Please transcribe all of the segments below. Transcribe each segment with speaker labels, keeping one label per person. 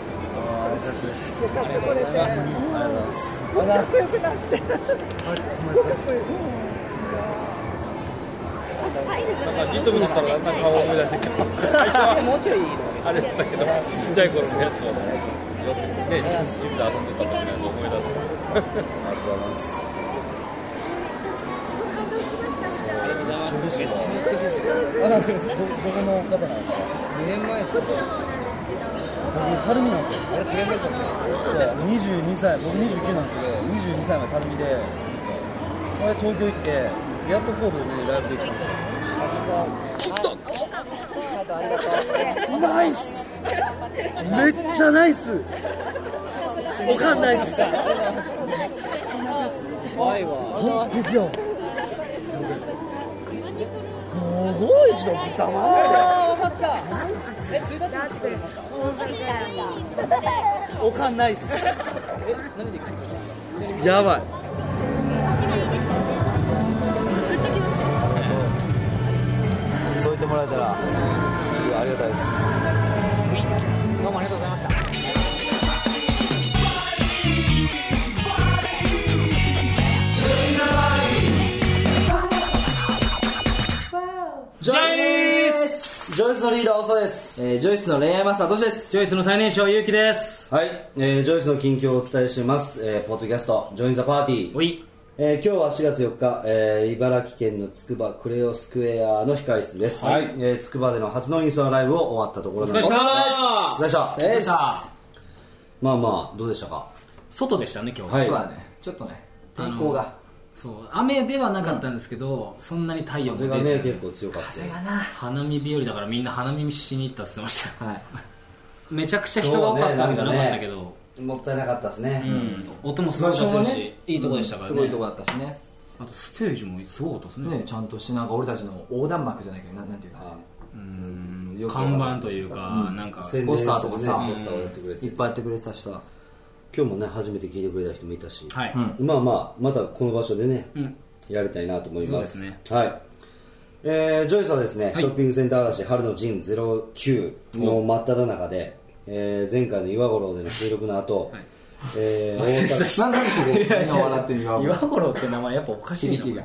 Speaker 1: ちらこそです
Speaker 2: よかった来れてうん
Speaker 1: ありがとうございます
Speaker 2: もうかっこよくなって
Speaker 3: はい、すみ
Speaker 2: も
Speaker 3: ま
Speaker 2: う
Speaker 3: せ
Speaker 2: かっ
Speaker 3: ん。
Speaker 2: こよいうん
Speaker 4: あいいですね
Speaker 1: なんかじっと見てたらなんか顔思い出してきた最初は
Speaker 5: もうちょいいいの
Speaker 1: あれだったけどちっちゃい頃のやつをねジムで遊んでた時なんか思い出す
Speaker 3: ありがとうございます。
Speaker 4: すごい感動しましたみたいな
Speaker 3: めっちゃ嬉しいな。あなんかどどこの方なんですか。
Speaker 5: 2年前ですか
Speaker 3: 僕タルミなんですよ。
Speaker 5: あれ違いますよね
Speaker 3: そう22歳僕29なんですけど22歳までたるみであれ東京行ってやっと神戸でライブできたんですよナイスめっちゃナイスおかんナイス
Speaker 5: 怖いわ
Speaker 3: 完璧やわすいません551の豚ま
Speaker 5: あ分かったえ1日も来てくれました
Speaker 3: おかんナイス
Speaker 5: え何で来てくれまし
Speaker 3: やばいそう言ってもらえたらいやありがたいです
Speaker 5: たどうもありがとうございました
Speaker 3: ジョイスジョイスのリーダー、オサです。
Speaker 6: えージョイスの恋愛マスター、どうです
Speaker 7: ジョイスの最年少ゆうきです
Speaker 3: はい、えージョイスの近況をお伝えしています。えーポッドキャスト、ジョインザパーティー。
Speaker 7: おい
Speaker 3: えー今日は4月4日、えー茨城県のつくばクレオスクエアの控室です。
Speaker 6: はい
Speaker 3: えーつくばでの初のインスタライブを終わったところ
Speaker 7: お
Speaker 3: な
Speaker 7: 疲
Speaker 3: ん
Speaker 7: れ
Speaker 3: で
Speaker 7: っし
Speaker 3: す。
Speaker 7: た
Speaker 3: お疲れ様でした。
Speaker 6: お疲れ様でした
Speaker 3: まあまあ、どうでしたか
Speaker 7: 外でしたね今日
Speaker 3: はい
Speaker 6: そうだね、ちょっとね、
Speaker 7: あの
Speaker 6: 天候が。
Speaker 7: そう雨ではなかったんですけど、そんなに太陽も
Speaker 3: 風が
Speaker 7: 出て、
Speaker 3: ね、結構強かった。
Speaker 7: 花見日和だからみんな花見しに行ったって言ってました
Speaker 6: はい。
Speaker 7: めちゃくちゃ人が多かったわけじゃなかったけど、
Speaker 3: もったいなかったですね。
Speaker 7: うん、音もすごい出せるし、いいとこでしたからね、
Speaker 6: すごいとこだったしね。
Speaker 7: あとステージもすごかったですね
Speaker 6: ね、ちゃんとして、なんか俺たちの横断幕じゃないけど、なんなんていうか、
Speaker 3: あ
Speaker 7: うん
Speaker 3: よくわか
Speaker 7: 看
Speaker 3: んない
Speaker 7: 板と いうか、なんか
Speaker 3: 宣伝
Speaker 6: ポスターとかさ
Speaker 3: ねポスターをやってくれて
Speaker 6: いっぱいやってくれてたしさ。
Speaker 3: 今日もね、初めて聞いてくれた人もいたし。
Speaker 7: はい、
Speaker 3: まあまあまたこの場所でね、
Speaker 7: うん
Speaker 3: やりたいなと思います
Speaker 7: そうですね
Speaker 3: はいえージョイスはですね、ショッピングセンター嵐春の陣09の真っ只中で、えー前回の岩五郎での収録の後、えー大田
Speaker 6: なんでそこ、みんな笑ってる岩
Speaker 7: 岩
Speaker 6: 合。
Speaker 7: 五郎って名前やっぱおかしい
Speaker 6: 響
Speaker 7: な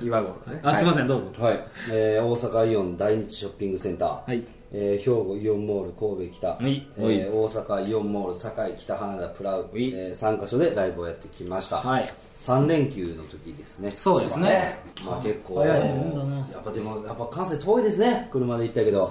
Speaker 6: きが。岩合ね。
Speaker 7: あすいませんどうぞ
Speaker 3: はいえー大阪イオン大日ショッピングセンター、
Speaker 7: はい
Speaker 3: えー兵庫イオンモール神戸北、
Speaker 7: い
Speaker 3: えー大阪イオンモール堺北花田プラウ、え
Speaker 7: い
Speaker 3: ー、3カ所でライブをやってきました、
Speaker 7: はい
Speaker 3: 3連休の時ですね
Speaker 7: そうですね
Speaker 3: まあ結構、
Speaker 7: 早いもんだな
Speaker 3: やっぱでもやっぱ関西遠いですね車で行ったけど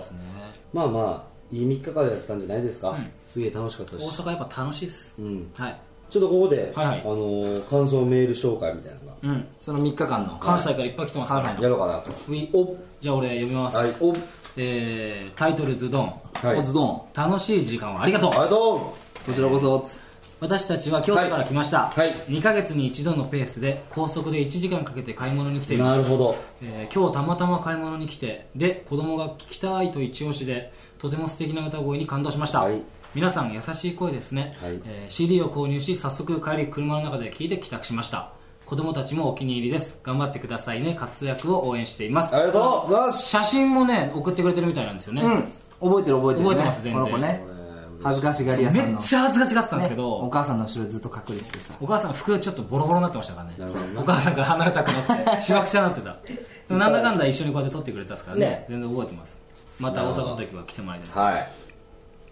Speaker 3: まあまあいい3日間だったんじゃないですか、
Speaker 7: ん
Speaker 3: すげえ楽しかった
Speaker 7: 大
Speaker 3: し
Speaker 7: 阪やっぱ楽しいっす、
Speaker 3: うん
Speaker 7: はい、
Speaker 3: ちょっとここで、
Speaker 7: はいはい
Speaker 3: あのー感想メール紹介みたいなのが
Speaker 7: うん、
Speaker 6: その3日間の。
Speaker 7: 関西からいっぱい来てますから
Speaker 3: やろうかなと
Speaker 7: おじゃあ俺読みます、
Speaker 3: はい
Speaker 7: おえータイトル「ズドン」
Speaker 3: はい
Speaker 6: おズドン。
Speaker 7: 楽しい時間をありがとう
Speaker 3: ありがと
Speaker 6: こちらこそ、つ
Speaker 7: 私たちは京都から来ました、
Speaker 3: はいはい
Speaker 7: 2ヶ月に一度のペースで高速で1時間かけて買い物に来ていうま
Speaker 3: な
Speaker 7: す
Speaker 3: るほど
Speaker 7: えー今日たまたま買い物に来てで子供が聴きたいと一押しでとても素敵な歌声に感動しました、
Speaker 3: はい
Speaker 7: 皆さん優しい声ですね、
Speaker 3: はい
Speaker 7: えー CD を購入し早速帰り車の中で聴いて帰宅しました子供たちもお気に入りです頑張ってくださいね活躍を応援しています
Speaker 3: ありがとう
Speaker 7: 写真もね送ってくれてるみたいなんですよね、
Speaker 6: うん。覚えてる覚えてる、ね。
Speaker 7: 覚えてます全然
Speaker 6: この子ね。恥ずかしがり屋
Speaker 7: め
Speaker 6: さんの。
Speaker 7: っちゃ恥ずかしがってたんですけ
Speaker 6: ねお
Speaker 7: ど、
Speaker 6: 母さんの後ろずっと隠れててさ。
Speaker 7: お母さん服ちょっとボロボロになってましたからね
Speaker 3: なるほどね
Speaker 7: お母さんから離れたくなってしわくちゃになってたでもなんだかんだ一緒にこうやって撮ってくれたですからね全然覚えてますまた大阪の時は来てもらいたいです
Speaker 3: はいあり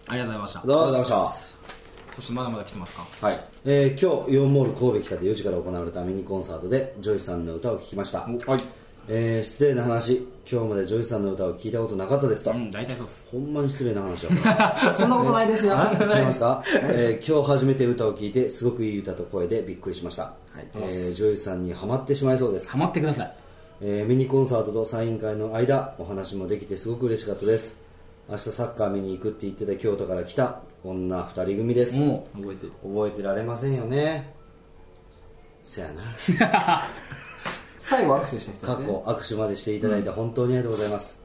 Speaker 7: ありがとうございま
Speaker 3: が
Speaker 7: し
Speaker 3: とうございました
Speaker 7: たそしてまだまだ来てますか
Speaker 3: はい、えー今日イオンモール神戸北で4時から行われたミニコンサートでジョイさんの歌を聴きました、
Speaker 6: はい。
Speaker 3: えー失礼な話今日までジョイさんの歌を聴いたことなかったですと、
Speaker 7: うん大体そうっす
Speaker 3: ほんまに失礼な話だから
Speaker 6: そんなことないですよ。
Speaker 3: 違いますか、えー今日初めて歌を聴いてすごくいい歌と声でびっくりしました、えージョイさんにはまってしまいそうです
Speaker 7: ハ、マってください
Speaker 3: えーミニコンサートとサイン会の間お話もできてすごく嬉しかったです明日サッカー見に行くって言ってた京都から来た女2人組です、
Speaker 7: も
Speaker 6: 覚えてる。
Speaker 3: 覚えてられませんよねせやな
Speaker 6: 最後握手した人た
Speaker 3: 過
Speaker 6: ち
Speaker 3: 去
Speaker 6: ね。
Speaker 3: 握手までしていただいて本当にありがとうございます、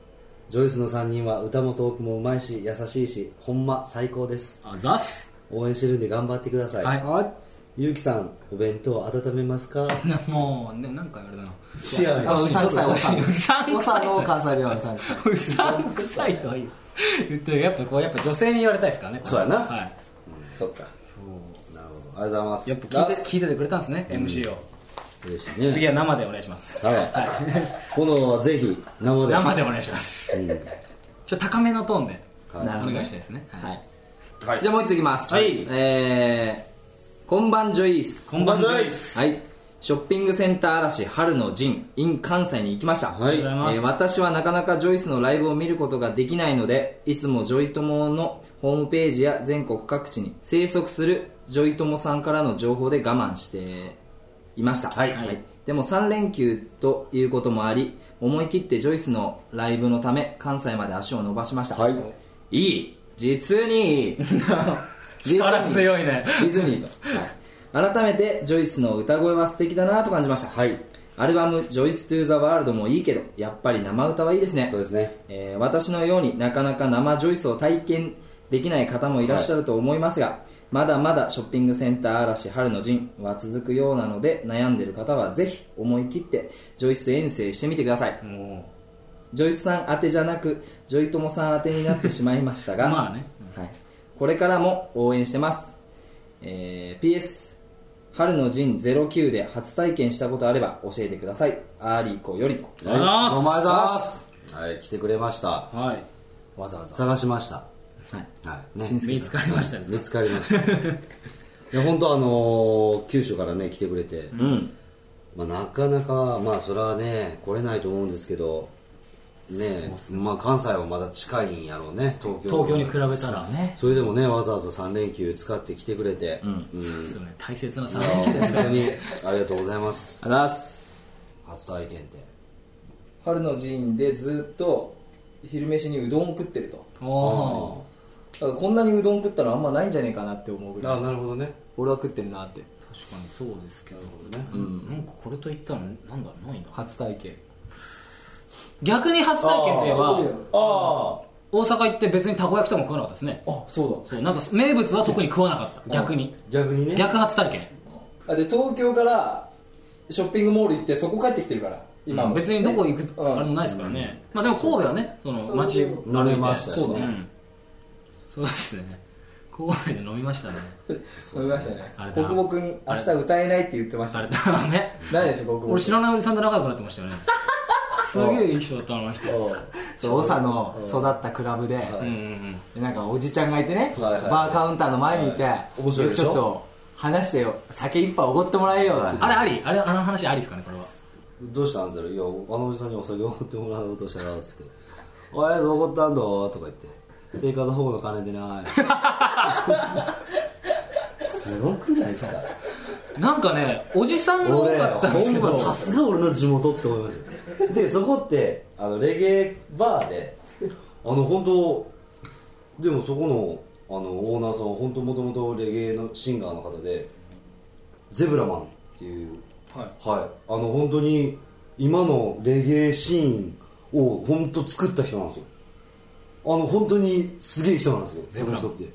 Speaker 3: ジョイスの3人は歌もトークもうまいし優しいしほんま最高です
Speaker 7: うあざっす
Speaker 3: 応援してるんで頑張ってください、
Speaker 7: はい
Speaker 6: あ
Speaker 3: ゆうきさんお弁当温めますか
Speaker 7: なもうでもなんかあれだな
Speaker 3: 違う
Speaker 6: あうさんくさいおさん
Speaker 7: うさんくさい
Speaker 6: おさんの関西弁はうさんくさいう
Speaker 7: さんくさいとは言う言ってやっぱこうやっぱ女性に言われたいですからね
Speaker 3: そうやな
Speaker 7: はい
Speaker 3: そっかなるほど。ありがとうございます。
Speaker 7: やっぱ聞いて
Speaker 3: あ
Speaker 7: 聞いててくれたんですね MC を
Speaker 3: 嬉しいね。
Speaker 7: 次は生でお願いします
Speaker 3: はい。
Speaker 7: は
Speaker 3: 今度はぜひ生
Speaker 7: い
Speaker 3: で。
Speaker 7: 生でお願いします
Speaker 3: うん
Speaker 7: ちょっと高めのトーンでお
Speaker 3: はい
Speaker 6: なるほど
Speaker 7: 願いしたいですねはい
Speaker 6: はい
Speaker 3: はい。
Speaker 6: じゃあもう一ついきます
Speaker 7: はい
Speaker 6: えーこんばんジョイース
Speaker 7: こんばんはです
Speaker 6: はいショッピングセンター嵐春の陣 in 関西に行きました
Speaker 3: はい。
Speaker 7: ありがとうございます
Speaker 6: えー私はなかなかジョイスのライブを見ることができないのでいつもジョイ友のホームページや全国各地に生息するジョイ友さんからの情報で我慢していました、
Speaker 3: はい
Speaker 6: でも3連休ということもあり思い切ってジョイスのライブのため関西まで足を伸ばしました、
Speaker 3: はい
Speaker 6: いい実にいい実
Speaker 7: 力
Speaker 6: に
Speaker 7: 強いね
Speaker 6: ディズニーと、はい、改めてジョイスの歌声は素敵だなと感じました、はい、アルバム「ジョイス・トゥ・ザ・ワールド」もいいけどやっぱり生歌はいいですね
Speaker 3: そうですね。
Speaker 6: えー私のようになかなか生ジョイスを体験できない方もいらっしゃると思いますが、まだまだショッピングセンター嵐春の陣は続くようなので悩んでる方はぜひ思い切ってジョイス遠征してみてください
Speaker 7: も
Speaker 6: ジョイスさん宛てじゃなくジョイ友さん宛てになってしまい ました
Speaker 7: う
Speaker 6: が
Speaker 7: まあね
Speaker 6: はい、これからも応援してます、えー PS 春の陣09で初体験したことあれば教えてくださいアーリーコよりと
Speaker 7: りがとうございます
Speaker 3: どうもありがとうございます。はい、来てくれました。
Speaker 7: はい
Speaker 6: わざわざ、
Speaker 3: 探しました。
Speaker 6: はい、
Speaker 3: はい。ね。
Speaker 7: 見つかりましたね
Speaker 3: 見つかりました。いや、本当あのー九州からね、来てくれて。
Speaker 6: うん
Speaker 3: まあ、なかなか、まあ、それはね、来れないと思うんですけど、ね、まあ、関西はまだ近いんやろうね、東京
Speaker 7: 東京に比べたらね
Speaker 3: それでもね、わざわざ3連休使って来てくれて、うん
Speaker 7: そうですよね大切な3
Speaker 3: いや
Speaker 7: 連休です
Speaker 3: 本
Speaker 7: か
Speaker 3: 当
Speaker 7: ら
Speaker 3: にありがとうございます。
Speaker 6: あざす
Speaker 3: 初体験って。
Speaker 6: 春の陣でずっと昼飯にうどんを食ってると
Speaker 7: お
Speaker 6: だからこんなにうどん食ったのあんまないんじゃねえかなって思うぐら
Speaker 3: あ
Speaker 6: い
Speaker 3: なるほどね。
Speaker 6: 俺は食ってるなって
Speaker 7: ー確かにそうですけど
Speaker 3: ね
Speaker 7: なんかこれといったらなんだろうないな
Speaker 6: 初体験
Speaker 7: 逆に初体験といえば
Speaker 3: あ
Speaker 7: 大阪行って別にたこ焼きとも食わなかったですね
Speaker 6: あそう
Speaker 7: そうなんか名物は特に食わなかった逆に
Speaker 3: 逆にね。
Speaker 7: 逆初体験
Speaker 6: だあで東京からショッピングモール行ってそこ帰ってきてるから今も
Speaker 7: 別にどこ行
Speaker 6: ね
Speaker 7: く
Speaker 6: うん
Speaker 7: あれもないですからねまあでも神戸はねその街を歩いて
Speaker 3: 乗れましたしね
Speaker 7: そうだうんそうですね神戸で飲みましたね
Speaker 6: 飲みましたね
Speaker 7: あれだ
Speaker 6: 国母くん明日歌えないって言ってまし
Speaker 7: さ
Speaker 6: た
Speaker 7: れたらね
Speaker 6: 何でしょ国母
Speaker 7: 俺知らないおじさんと仲良くなってま したよねすげえいい人だったあの人
Speaker 8: そう長の育ったクラブで、
Speaker 7: うんうん
Speaker 8: なんかおじちゃんがいてね
Speaker 6: うそう
Speaker 8: バーカウンターの前にいて、
Speaker 3: 面白いでしょ
Speaker 8: ちょっと話してよ酒一杯おごってもらえよって
Speaker 7: うんあれありあれあの話ありですかねこれは
Speaker 3: どうしたんですよ。いや、あのおじさんにお酒をおごってもらおうとしたら、つって。おい、どこったんだとか言って。生活保護の金でない。 すごくないですか
Speaker 7: なんかねおじさんが多
Speaker 3: 俺、
Speaker 7: かったんですけ
Speaker 3: ほん
Speaker 7: ど
Speaker 3: まさすが俺の地元って思いましたよで、そこって、あの、レゲエバーで、あの、本当でもそこの、あの、オーナーさんは本当もともとレゲエのシンガーの方で、ゼブラマンっていう、はい。あの、本当に、今のレゲエシーンを本当作った人なんですよ。あの、本当にすげえ人なんですよ、ゼブラ人って。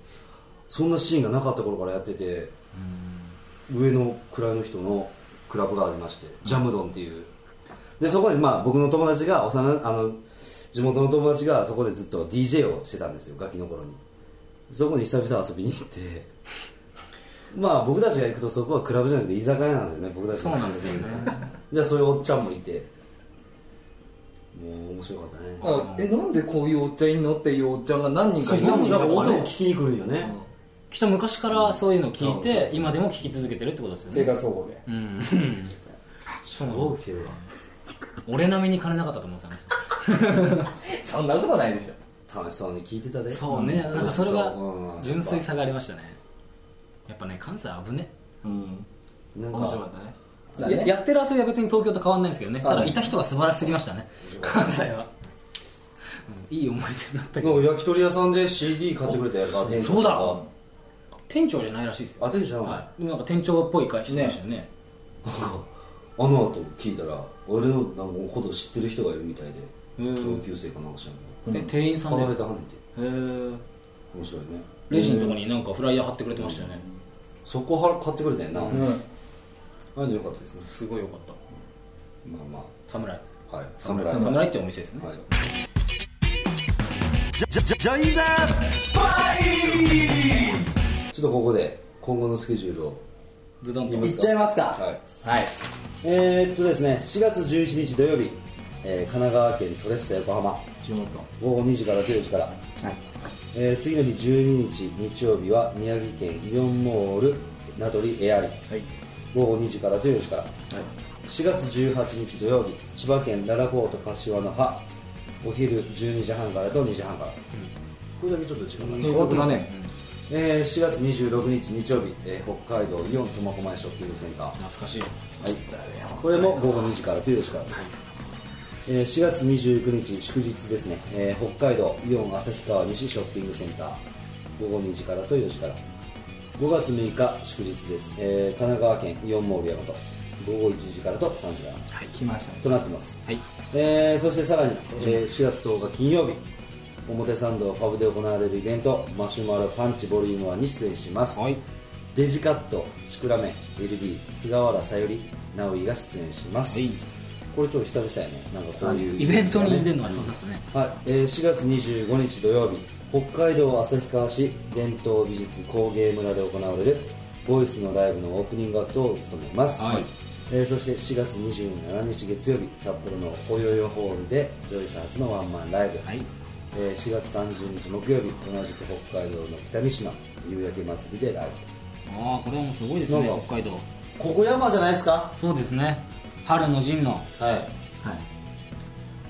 Speaker 3: そんなシーンがなかった頃からやってて、上の位の人のクラブがありましてジャムドンっていうでそこにまあ僕の友達が幼いあの地元の友達がそこでずっと DJ をしてたんですよガキの頃にそこに久々遊びに行ってまあ僕たちが行くとそこはクラブじゃなくて居酒屋なんですよね僕たち
Speaker 7: そうなんですよね
Speaker 3: じゃあそういうおっちゃんもいてもう面白かったね
Speaker 6: あえなんでこういうおっちゃんいんのっていうおっちゃんが何人かい
Speaker 3: で
Speaker 6: た
Speaker 3: も
Speaker 6: の
Speaker 3: だから音を
Speaker 6: ね
Speaker 3: 聞きに来るんよね、
Speaker 7: きっと昔からそういうのを聞い
Speaker 3: うんそう
Speaker 7: て
Speaker 3: そう
Speaker 7: 今でも聞き続けてるってことですよね
Speaker 6: 生活保護で
Speaker 7: うんそうな
Speaker 3: ど
Speaker 7: の
Speaker 3: う聞けるわ
Speaker 7: 俺並みに金なかったと思うんですよあ
Speaker 6: そんなことないでしょ
Speaker 3: 楽しそうに聞いてたで
Speaker 7: の人そうねなんかそれが
Speaker 3: うん
Speaker 7: 純粋さがありましたねやっぱね関西危ね
Speaker 6: うん
Speaker 3: なんか
Speaker 8: 面白かったね
Speaker 6: だ
Speaker 7: や
Speaker 6: ね
Speaker 7: やってる遊びは別に東京と変わんないんですけどねた
Speaker 6: あ
Speaker 7: だ
Speaker 6: ね
Speaker 7: いた人が素晴らしすぎましたね関西は、うんいい思い出になったけ
Speaker 3: なん
Speaker 7: ど
Speaker 3: か焼き鳥屋さんで CD 買ってくれたやつが店長
Speaker 7: そうだ店長じゃないらしいですよ
Speaker 3: あ店長じゃない
Speaker 7: はいでもなんか店長っぽい会社でしたよね
Speaker 3: あの後聞いたら俺のなんかこと知ってる人がいるみたいで
Speaker 7: うん
Speaker 3: 同級生かなんかしら
Speaker 7: え店員さん
Speaker 3: ん
Speaker 7: で
Speaker 3: 離
Speaker 7: へ
Speaker 3: れた離れて
Speaker 7: え
Speaker 3: 面白いね
Speaker 7: レジのとこになんかフライヤー貼ってくれてましたよね
Speaker 3: そこは買ってくれたよな、あれでよかったですね
Speaker 7: すごいよかった
Speaker 3: まあま
Speaker 7: 侍
Speaker 3: あはい
Speaker 7: 侍侍ってお店ですね、
Speaker 3: はいちょっとここで今後のスケジュールを
Speaker 5: ズドンと
Speaker 6: いっちゃいますか
Speaker 3: はい
Speaker 6: はい
Speaker 3: えーっとですね4月11日土曜日、えー神奈川県トレッサ横浜
Speaker 6: 注文と
Speaker 3: 午後2時から0時から、えー次の日12日日曜日は宮城県イオンモール名取エアリ、午後2時から14時から、4月18日土曜日千葉県ららぽーと柏の葉お昼12時半からと2時半から、これだけちょっと時間が
Speaker 8: 高速だね
Speaker 3: えー4月26日日曜日、えー北海道イオン苫小牧ショッピングセンター懐かしい、はい、これも午後2時からと4時からです、えー4月29日祝日ですね、えー北海道イオン旭川西ショッピングセンター午後2時からと4時から5月6日祝日です、えー神奈川県イオンモール大和午後1時からと3時から
Speaker 8: はい来ましたね
Speaker 3: となってます、
Speaker 8: はい
Speaker 3: えーそしてさらに、えー4月10日金曜日表参道ファブで行われるイベント「マシュマロパンチボリューム1」に出演します、デジカットシクラメン LB 菅原さゆり直井が出演します、これちょっと久々やねなんかこういう
Speaker 7: イベントに出るのはそうですね
Speaker 3: はい、えー4月25日土曜日北海道旭川市伝統美術工芸村で行われるボイスのライブのオープニングアクトを務めます、
Speaker 7: はい
Speaker 3: えーそして4月27日月曜日札幌のおよよホールでジョイサーズのワンマンライブ、
Speaker 7: はい
Speaker 3: えー4月30日木曜日同じく北海道の北見市の夕焼け祭りでライ
Speaker 7: ああこれはもうすごいですね
Speaker 3: なんか
Speaker 7: 北海道
Speaker 3: ブとここ山じゃないですか
Speaker 7: そうですね春の陣の
Speaker 3: は
Speaker 8: はい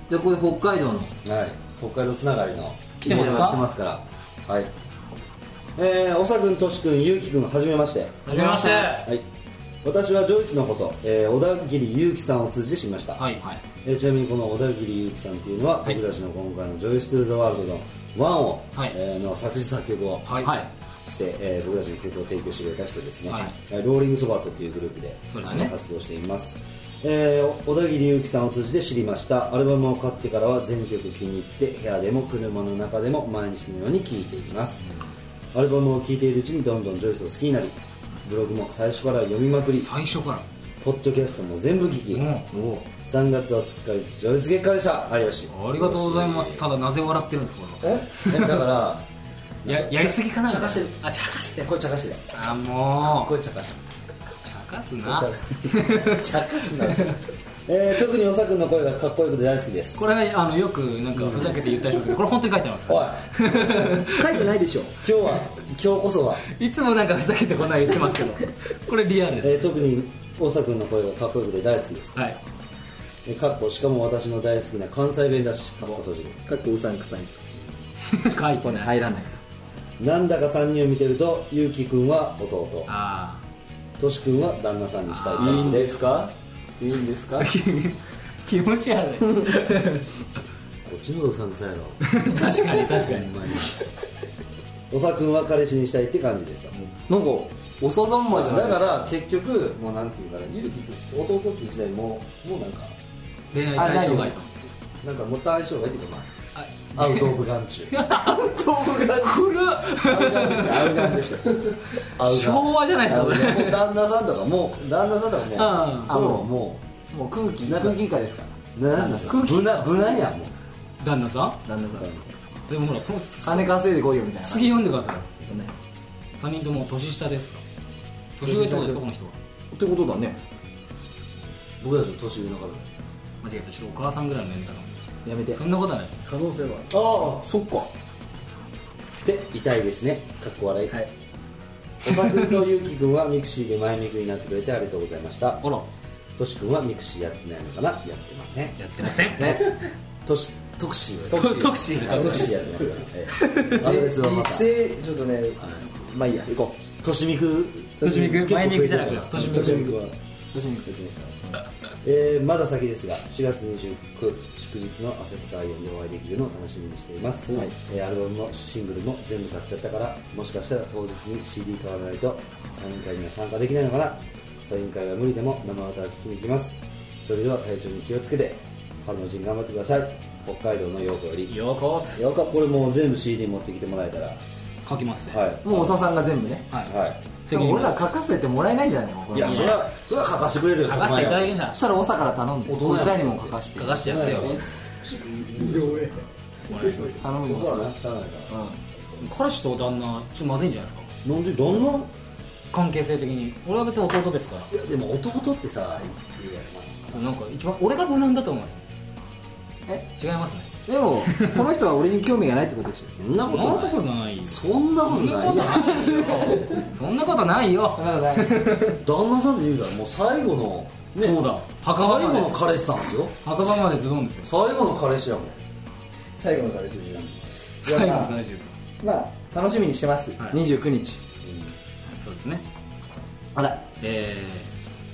Speaker 8: じゃあここで北海道の
Speaker 3: い、はい、北海道つながりの
Speaker 7: 来てますか
Speaker 3: 来てますからはいえー、おさくんとしくんゆうきくんはじめまして
Speaker 7: はじめましては
Speaker 3: はい、私はジョイスのこと、えー小田切優樹さんを通じて知りました、
Speaker 7: いはい
Speaker 3: えーちなみにこの小田切優樹さんというのは、
Speaker 7: はい
Speaker 3: 僕たちの今回の「ジョイス・トゥ・ザ・ワールド」の「ワンを、
Speaker 7: はい
Speaker 3: えーの作詞作曲を
Speaker 7: はい
Speaker 8: はい
Speaker 3: して、えー僕たちに曲を提供してくれた人ですね、
Speaker 7: はい
Speaker 3: えーローリング・ソバートというグループで
Speaker 7: そうですね
Speaker 3: 活動しています、えー小田切優樹さんを通じて知りましたアルバムを買ってからは全曲気に入って部屋でも車の中でも毎日のように聴いています、アルバムを聴いているうちにどんどんジョイスを好きになりブログも最初から読みまくり
Speaker 7: 最初から
Speaker 3: ポッドキャストも全部聞き、
Speaker 7: うん
Speaker 3: もう3月はすっかりジョイス月間でした有吉
Speaker 7: ありがとうございますただなぜ笑ってるんですかこ
Speaker 3: ええだから
Speaker 7: れはややりすぎかな
Speaker 3: 茶化してる
Speaker 7: あ茶化してる
Speaker 3: これ茶化しだよ
Speaker 7: あも
Speaker 3: これ茶化し
Speaker 7: う茶化すな
Speaker 3: 茶化すな、 えー、特におさくんの声がかっこよくて大好きです
Speaker 7: これあのよくなんかふざけて言ったりしますけどこれ本当に書いてありますか
Speaker 3: おい
Speaker 7: ら
Speaker 8: 書いてないでしょ
Speaker 3: 今日は今日こそは、
Speaker 7: いつもなんかふざけてこんない言ってますけどこれリアル
Speaker 3: え
Speaker 7: で
Speaker 3: ー、特におさくんの声がかっこよくて大好きです
Speaker 7: すはい
Speaker 3: えかっこしかも私の大好きな関西弁だしかっこ閉じる
Speaker 6: かっこうさんくさい
Speaker 7: 書いてない
Speaker 8: 入らない
Speaker 3: なんだか3人を見てるとゆうきくんは弟
Speaker 7: あ
Speaker 3: としくんは旦那さんにしたいタイプです
Speaker 8: かいいんですか
Speaker 7: あ 気持ち悪い
Speaker 3: こっちの方がうさんくさいやろ
Speaker 7: 確かに確かに
Speaker 3: おさくんは彼氏にしたいって感じですよ
Speaker 8: なんかおさざんまじ
Speaker 3: だ
Speaker 8: ゃないですか
Speaker 3: か
Speaker 8: ら
Speaker 3: 結局もうなんていうかなゆうきくん弟っていう時代ももうなんか
Speaker 7: 恋愛対象外と
Speaker 3: なんかもった相性がいいっていうか まあアウト・オブ・ガン中アウガンですよアウガン
Speaker 7: 昭和じゃないですか
Speaker 3: アウガンもう旦那さんとかもう旦那さんとかもう
Speaker 7: あ
Speaker 3: あもうも
Speaker 8: もう空気
Speaker 3: なんか
Speaker 8: 空気以下ですから
Speaker 3: うなんですか無難無難やんもう
Speaker 7: 旦那さ
Speaker 8: 旦那さん
Speaker 7: んでもほらこの
Speaker 8: 金稼いでこいよみたいな
Speaker 7: 次読んでください
Speaker 8: ね
Speaker 7: 3人とも年下ですか年上ってことですかこの人は
Speaker 8: ってことだね
Speaker 3: 僕たちの年上の方
Speaker 7: 間違えたちょっとお母さんぐらいの年齢か
Speaker 8: やめて
Speaker 7: なそんなことはないです
Speaker 2: 可能性は
Speaker 8: ああそっか
Speaker 3: で痛いですねかっこ笑い、おさくんとゆうきくんはミクシーで前ミクになってくれてありがとうございました
Speaker 7: あら
Speaker 3: としくんはミクシーやってないのかなやってません
Speaker 7: やってません
Speaker 3: ねとしトクシーをやって
Speaker 7: 特特集
Speaker 3: ますトクシーやってますから、ええ、アドレスはまた
Speaker 6: 一斉ちょっとねまあいいや行こ
Speaker 3: としみく
Speaker 7: としみく前ミクじゃなく
Speaker 3: と
Speaker 7: と
Speaker 3: し
Speaker 7: し
Speaker 3: み
Speaker 7: み
Speaker 3: く
Speaker 7: く
Speaker 3: としみくは
Speaker 8: どうしに行く
Speaker 3: えーまだ先ですが4月29祝日の旭川4でお会いできるのを楽しみにしています、えーアルバムもシングルも全部買っちゃったからもしかしたら当日に CD 買わないとサイン会には参加できないのかなサイン会は無理でも生歌は聴きに行きますそれでは体調に気をつけて春の陣頑張ってください北海道の陽子より
Speaker 7: よこ
Speaker 3: 陽子これもう全部 CD 持ってきてもらえたらは
Speaker 7: 書きますね
Speaker 3: い
Speaker 8: もうおささんが全部ね
Speaker 3: は
Speaker 8: でも俺ら書かせてもらえないんじゃないのこ
Speaker 3: いい
Speaker 8: れ
Speaker 3: やそれはそれは書かしてくれるよ
Speaker 7: 書かせていただ
Speaker 3: お前
Speaker 7: きました
Speaker 8: そしたら長から頼んで
Speaker 3: 大人や
Speaker 8: こ
Speaker 3: もん
Speaker 8: いつらにも書かして
Speaker 7: 書かしてやってよ
Speaker 8: 頼むよ
Speaker 3: そこはなしゃあないから
Speaker 7: 彼氏と旦那ちょっとまずいんじゃないですか
Speaker 3: なんで旦那
Speaker 7: 関係性的に俺は別に弟ですから
Speaker 3: いやでも弟ってさいや
Speaker 7: そうなんか一番俺が無難だと思いますえ違いますね
Speaker 8: でもこの人は俺に興味がないってことでしょ
Speaker 3: そんな
Speaker 7: そ
Speaker 3: こ
Speaker 7: んな
Speaker 3: とない
Speaker 7: ことないよ
Speaker 3: そんなことない
Speaker 7: そんなことないよ
Speaker 8: だから
Speaker 3: 旦那さんって言うたらもう最後の、ね
Speaker 7: そうだ
Speaker 3: 最
Speaker 7: 墓場
Speaker 3: 後
Speaker 7: ま
Speaker 3: の
Speaker 7: で
Speaker 3: 彼氏さんですよ
Speaker 7: 墓場までズドンですよ
Speaker 3: 最後の彼氏やもん
Speaker 8: 最後の彼氏です
Speaker 7: 最後の大事です
Speaker 8: まあ楽しみにしてます、
Speaker 7: はい
Speaker 8: 29日
Speaker 7: そうですね
Speaker 8: あら
Speaker 7: え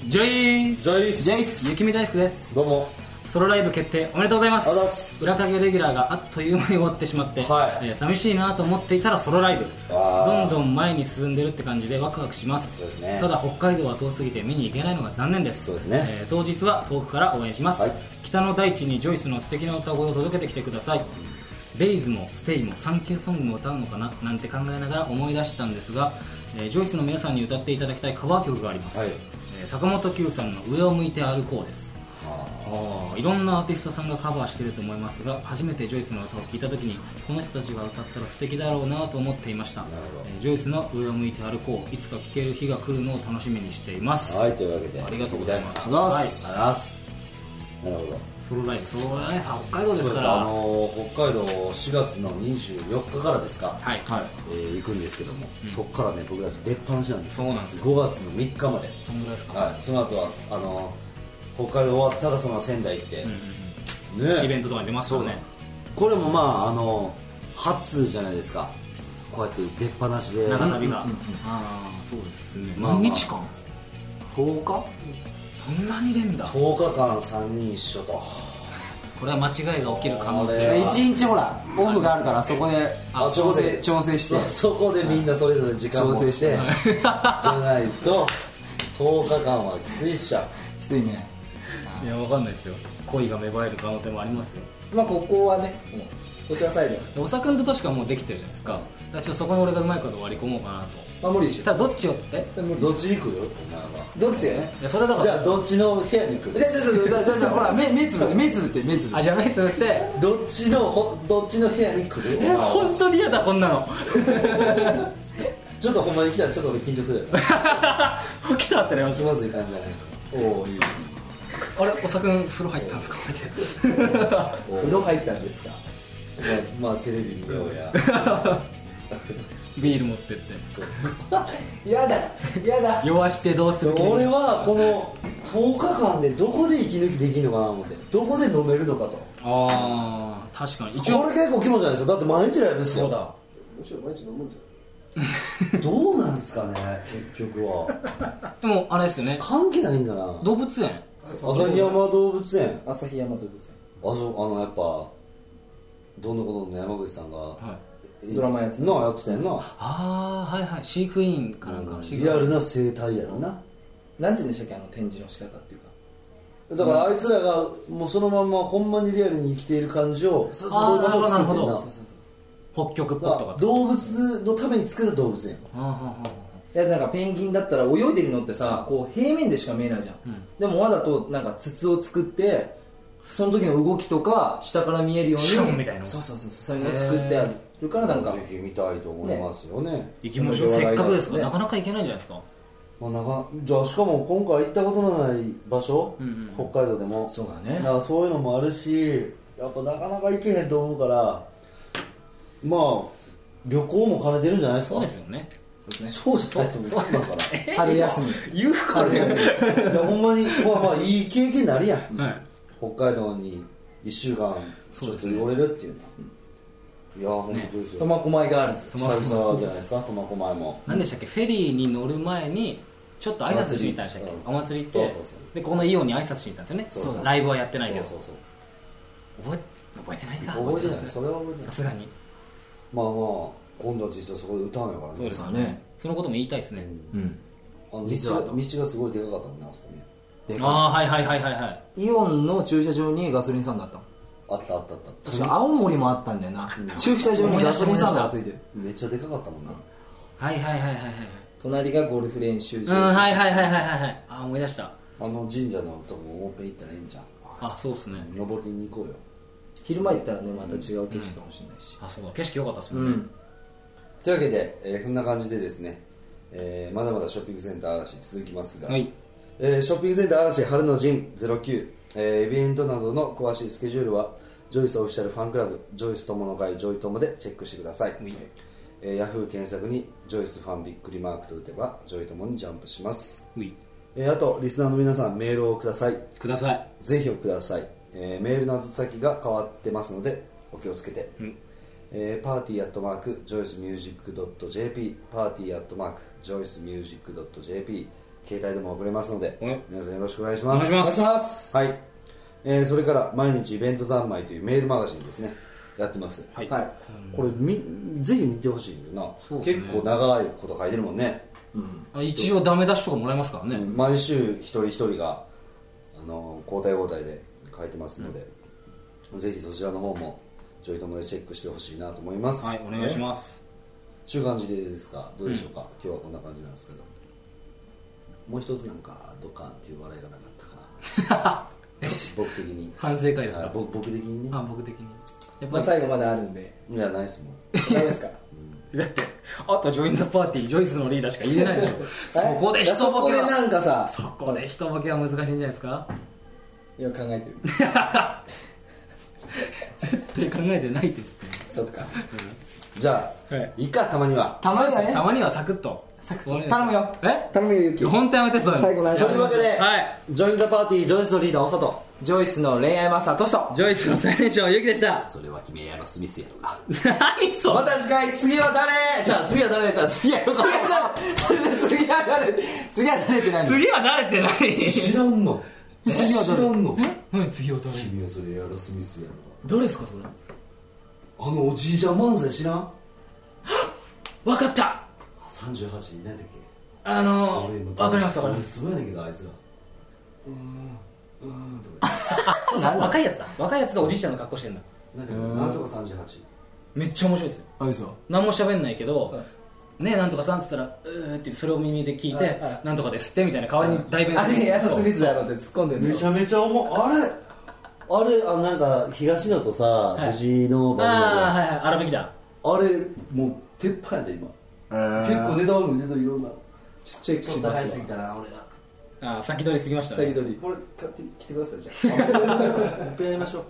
Speaker 7: ー、ジョイーン
Speaker 3: ジャイス
Speaker 8: ジェイス
Speaker 7: 雪見大福です
Speaker 3: どうも
Speaker 7: ソロライブ決定おめでとうございます
Speaker 3: ありがとうございます
Speaker 7: 裏影レギュラーがあっという間に終わってしまって、
Speaker 3: はい
Speaker 7: えー寂しいなと思っていたらソロライブ
Speaker 3: あー
Speaker 7: どんどん前に進んでるって感じでワクワクします
Speaker 3: そうですね
Speaker 7: ただ北海道は遠すぎて見に行けないのが残念です
Speaker 3: そうですね
Speaker 7: えー当日は遠くから応援します、
Speaker 3: はい
Speaker 7: 北の大地にジョイスの素敵な歌声を届けてきてくださいベイズもステイもサンキューソングを歌うのかななんて考えながら思い出したんですが、えージョイスの皆さんに歌っていただきたいカバー曲があります、
Speaker 3: はい
Speaker 7: えー坂本九さんの「上を向いて歩こう」ですあーいろんなアーティストさんがカバーしてると思いますが初めてジョイスの歌を聴いた時にこの人たちが歌ったら素敵だろうなと思っていましたえージョイスの「上を向いて歩こう」いつか聴ける日が来るのを楽しみにしています、
Speaker 3: はいというわけで
Speaker 7: ありがとうございます
Speaker 3: あり
Speaker 8: がとうござい
Speaker 7: はい
Speaker 8: ま、
Speaker 3: がとうございますなるほど
Speaker 7: ソロライブソロライブさ北海道ですか
Speaker 3: あ
Speaker 7: ら
Speaker 3: のー北海道4月の24日からですか、
Speaker 7: はい、
Speaker 3: えー行くんですけども、そこからね僕たち出っ放しなんです
Speaker 7: そうなんですよ
Speaker 3: 5月の3日まで、
Speaker 7: そんぐらいですか、
Speaker 3: はい、その後はあのー北海道終わったらその仙台行って、
Speaker 7: うんうんうん
Speaker 3: ね
Speaker 7: イベントとかに出ますよね
Speaker 3: これもまああの初じゃないですかこうやって出っ放しで
Speaker 7: 長旅が、ああそうですね、
Speaker 3: まあまあ
Speaker 7: 何日間
Speaker 8: 10日
Speaker 7: そんなに出んだ
Speaker 3: 10日間3人一緒と
Speaker 7: これは間違いが起きる可能
Speaker 3: これ
Speaker 7: 性
Speaker 3: は
Speaker 8: 1日ほらオフがあるからそこで
Speaker 7: あ
Speaker 8: 調整調整して
Speaker 3: そそこでみんなそれぞれ時間を
Speaker 8: 調整して
Speaker 3: 持ってじゃないと10日間はきついっしょ
Speaker 8: きついね
Speaker 7: いやわかんないですよ恋が芽生える可能性もありますよ
Speaker 8: まあここはねもうこちらサイド
Speaker 7: でおさくんと確かもうできてるじゃないですかだからちょっとそこに俺がうまいこと割り込もうかなと
Speaker 8: まあ無理でし
Speaker 7: ただどっちをって
Speaker 3: どっち行くよお前は
Speaker 8: どっちがね
Speaker 7: いやそれだか
Speaker 3: じ
Speaker 7: ら
Speaker 3: ゃあどっちの部屋に来
Speaker 8: じ
Speaker 3: る
Speaker 8: ゃじゃじゃじゃじゃほら目目つぶって目つぶって目つぶっ
Speaker 7: あじゃあ目つぶって
Speaker 3: どっちのほどっちの部屋に来るお前
Speaker 7: え
Speaker 3: は
Speaker 7: 本当に嫌だこんなの
Speaker 3: ちょっとほんまに来たらちょっと俺緊張するよ
Speaker 7: 起きたってなります
Speaker 3: 気まずい感じじゃないおおいい
Speaker 7: あれおさくん風呂入ったんですか
Speaker 3: お
Speaker 8: て
Speaker 3: ー
Speaker 8: 風呂入ったんですか
Speaker 3: まあまあテレビ見よう や
Speaker 7: ビール持ってって
Speaker 8: やだやだ
Speaker 7: 酔わしてどうする気
Speaker 3: 俺はこの10日間でどこで息抜きできるのかな思ってどこで飲めるのかと
Speaker 7: ああ確かに一
Speaker 3: こ
Speaker 7: 応
Speaker 3: れ結構肝じゃないですかだって毎日ライブですよ
Speaker 7: そうだ
Speaker 3: どうなんですかね結局は
Speaker 7: でもあれですよね
Speaker 3: 関係ないんだな
Speaker 7: 動物園
Speaker 3: 旭山動物園
Speaker 8: 旭山動物
Speaker 3: あそうあのやっぱどんどこどんどん山口さんが、
Speaker 7: はい
Speaker 3: え
Speaker 8: ドラマやってた
Speaker 3: なあやってたやんな
Speaker 7: ああはいはい飼育員かなんかの飼育
Speaker 3: リアル
Speaker 7: 員
Speaker 3: な生態やろな
Speaker 8: なんて言うんでしたっけあの展示の仕方っていうか
Speaker 3: だからあいつらがもうそのまんまほんまにリアルに生きている感じをそういうことを作ってん
Speaker 7: なるほどなる
Speaker 3: な
Speaker 7: ほど北極っぽ
Speaker 3: だ
Speaker 7: くと
Speaker 3: か
Speaker 7: から
Speaker 3: 動物のために作る動物園
Speaker 7: あーはーはーはい
Speaker 8: やなんかペンギンだったら泳いでるのってさこう平面でしか見えないじゃん、
Speaker 7: ん
Speaker 8: でもわざとなんか筒を作ってその時の動きとか下から見えるように
Speaker 7: シュンみたいな
Speaker 8: そうそうそうそうそういうのを作ってあるからなんか
Speaker 3: ぜひ見たいと思いますよね
Speaker 7: 行きましょう
Speaker 8: それで話
Speaker 7: せ
Speaker 8: 題
Speaker 7: っかくですから
Speaker 8: になる
Speaker 7: なかなか行けないんじゃないですか
Speaker 3: まあ、なかじゃあしかも今回行ったことのない場所、
Speaker 7: ん
Speaker 3: 北海道でも
Speaker 8: そうだね
Speaker 3: だからそういうのもあるしやっぱなかなか行けへんと思うからまあ旅行も兼ねてるんじゃないですか
Speaker 7: そうですよね
Speaker 3: そうじゃないと思うそうだか
Speaker 8: 春休み
Speaker 7: 言う
Speaker 8: 春休み
Speaker 3: らいやほんまにまあまあいい経験になるやん
Speaker 7: はい
Speaker 3: 北海道に1週間ち
Speaker 7: そう
Speaker 3: ょっ
Speaker 7: です
Speaker 3: と
Speaker 7: ね
Speaker 3: 寄れるっていうのいや本当ですよ、
Speaker 8: 苫小牧ガールズ
Speaker 3: 久々じゃないですか苫小牧も
Speaker 7: 何でしたっけフェリーに乗る前にちょっと挨拶しに行ったんでしたっけ
Speaker 3: うん
Speaker 7: お祭り行って
Speaker 3: そうそうそう
Speaker 7: でここのイオンに挨拶しに行ったんです
Speaker 3: そ
Speaker 7: よ
Speaker 3: うそ
Speaker 7: ね
Speaker 3: う
Speaker 7: ライブはやってないけど
Speaker 3: そうそう
Speaker 7: 覚え覚えてないか
Speaker 3: そう覚えてない
Speaker 7: さ
Speaker 3: それは覚えてない
Speaker 7: すがに
Speaker 3: まあまあ今度は実はそこで歌うんやからね
Speaker 7: そうですよ
Speaker 8: そうだね
Speaker 7: ねそのことも言いたいですね
Speaker 8: うん
Speaker 3: あの
Speaker 8: 実
Speaker 3: 道
Speaker 8: は
Speaker 3: が道がすごいでかかったもんなあそこね
Speaker 8: で
Speaker 7: ああはいはいはいはいはい
Speaker 8: イオンの駐車場にガソリンスタンドあったの
Speaker 3: あったあったあったあった
Speaker 8: 確か青森もあったんだよな駐車場にガソリンスタンドがついてる
Speaker 3: めっちゃでかかったもんな
Speaker 7: はいはいはいはいはい
Speaker 8: 隣がゴルフ練習
Speaker 7: うんはいはいはいはいはいはいあー思い出した
Speaker 3: あの神社のとこもっぺん行ったらいいんじゃん
Speaker 7: あそうですね
Speaker 3: 登りに行こうよ
Speaker 8: 昼間行ったらねまた違う景色かもしれないし
Speaker 7: あそうだ景色良かったですもんね
Speaker 3: というわけで、えーこんな感じでですね、えーまだまだショッピングセンター嵐続きますが、
Speaker 7: はい
Speaker 3: えーショッピングセンター嵐春の陣09、えーイベントなどの詳しいスケジュールはジョイスオフィシャルファンクラブジョイス友の会ジョイ友でチェックしてください、えー、ヤフー検索にジョイスファンびっくりマークと打てばジョイ友にジャンプします、
Speaker 7: うい
Speaker 3: えーあとリスナーの皆さんメールをください
Speaker 7: ください
Speaker 3: ぜひおください、えーメールの宛先が変わってますのでお気をつけて、えーパーティーアットマークジョイスミュージックドット JP パーティーアットマークジョイスミュージックドット JP 携帯でも送れますので、
Speaker 7: はい
Speaker 3: 皆さんよろしくお願いします
Speaker 7: お願いしますお願いし
Speaker 3: ますはい、えーそれから毎日イベント三昧というメールマガジンですねやってます、
Speaker 7: はい、
Speaker 6: はい
Speaker 3: これみぜひ見てほしいよな、
Speaker 7: そうです
Speaker 3: 結
Speaker 7: ね
Speaker 3: 構長いこと書いてるもんね、
Speaker 7: あ一応ダメ出しとかもらえますからね、
Speaker 3: 毎週一人一人があの交代交代で書いてますので、ぜひそちらの方もちょいともでチェックしてほしいなと思います
Speaker 7: はいお願いします
Speaker 3: す中感じでですかどうでしょうか、今日はこんな感じなんですけどもう一つなんかドカンっていう笑いがなかったかな僕的に
Speaker 7: 反省会ですか
Speaker 3: あ僕僕的にね
Speaker 7: あ僕的にやっぱ
Speaker 6: まあ、
Speaker 7: り、
Speaker 6: 最後まであるんで
Speaker 3: いやないですもん
Speaker 6: 大丈夫ですか
Speaker 7: だってあとジョインザパーティージョイスのリーダーしか言えないでしょそこで
Speaker 6: いや
Speaker 7: 一
Speaker 6: そ
Speaker 7: ボ
Speaker 6: こ
Speaker 7: ケ
Speaker 6: で
Speaker 7: は
Speaker 6: なんかさ
Speaker 7: そこで一ボケは難しいんじゃないですか
Speaker 6: 今考 えてる
Speaker 7: って考えてないですって
Speaker 6: そっか
Speaker 3: じゃあ、
Speaker 7: はい
Speaker 3: い、いかたまには
Speaker 6: たまにはね
Speaker 7: たまにはサクッとサクッ
Speaker 6: 頼むよ
Speaker 7: え
Speaker 6: 頼むよゆき
Speaker 7: 本当やめてそれ
Speaker 6: 最後なん
Speaker 3: というわけで、
Speaker 7: はい
Speaker 3: ジョイン・ザ・パーティージョイスのリーダーおさと
Speaker 6: ジョイスの恋愛マスターとしと
Speaker 7: ジョイスの最年少ゆきでした
Speaker 3: それは君はやろスミスやろか
Speaker 7: 何そ
Speaker 3: ま
Speaker 7: れ
Speaker 3: た次回次は誰じゃあ次は誰じゃあ次はよそ
Speaker 6: 次は誰次は誰って何
Speaker 7: 次は誰って何
Speaker 3: 知らんの
Speaker 6: 次は誰
Speaker 3: 知らんの
Speaker 7: 何次は誰
Speaker 3: 君はそれやらスミスやろ
Speaker 7: 誰ですかそれ
Speaker 3: かあのおじいちゃん漫才知らん
Speaker 7: 分かった
Speaker 3: 38何だっ
Speaker 7: あ
Speaker 3: け
Speaker 7: の
Speaker 3: 今
Speaker 7: 分かります分かります
Speaker 3: すごいねんけどあいつら
Speaker 7: 若いやつだ若いやつがおじいちゃんの格好してんだ
Speaker 3: なんだっけなんとか38
Speaker 7: めっちゃ面白いですよ
Speaker 6: あれさ
Speaker 7: 何も喋んないけど、ねえなんとかさんっつったら「うー」ってそれを耳で聞いて「なんとかです」ってみたいな代わりに代弁
Speaker 6: あれや
Speaker 7: そう
Speaker 6: スミスやろって突っ込んでる
Speaker 3: めちゃめちゃ重いあれあれあなんか東野とさ
Speaker 7: い
Speaker 3: 藤井の
Speaker 7: ああ
Speaker 3: 番
Speaker 7: はいはいあるべきだ
Speaker 3: 組であれもう鉄板やで今結構ネタ番組ネタいろんなちょっとチェックしますすぎたな俺が
Speaker 7: ああ先取りすぎました
Speaker 6: 先
Speaker 7: ね
Speaker 6: 取り
Speaker 3: これ買ってきてくださいじゃあ一やりましょう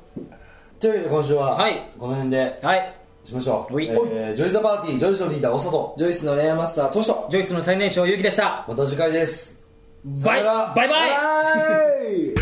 Speaker 3: というわけで今週は、
Speaker 7: はい
Speaker 3: この辺で
Speaker 7: はい
Speaker 3: しましょう、
Speaker 7: はい
Speaker 3: えージョイズザパーティージョイズのリーダーおさと
Speaker 6: ジョイスの恋愛マスターとしと
Speaker 7: ジョイスの最年少ゆうきでした
Speaker 3: また次回ですさ
Speaker 7: バイ
Speaker 3: よなら
Speaker 7: バイバイ
Speaker 6: バイ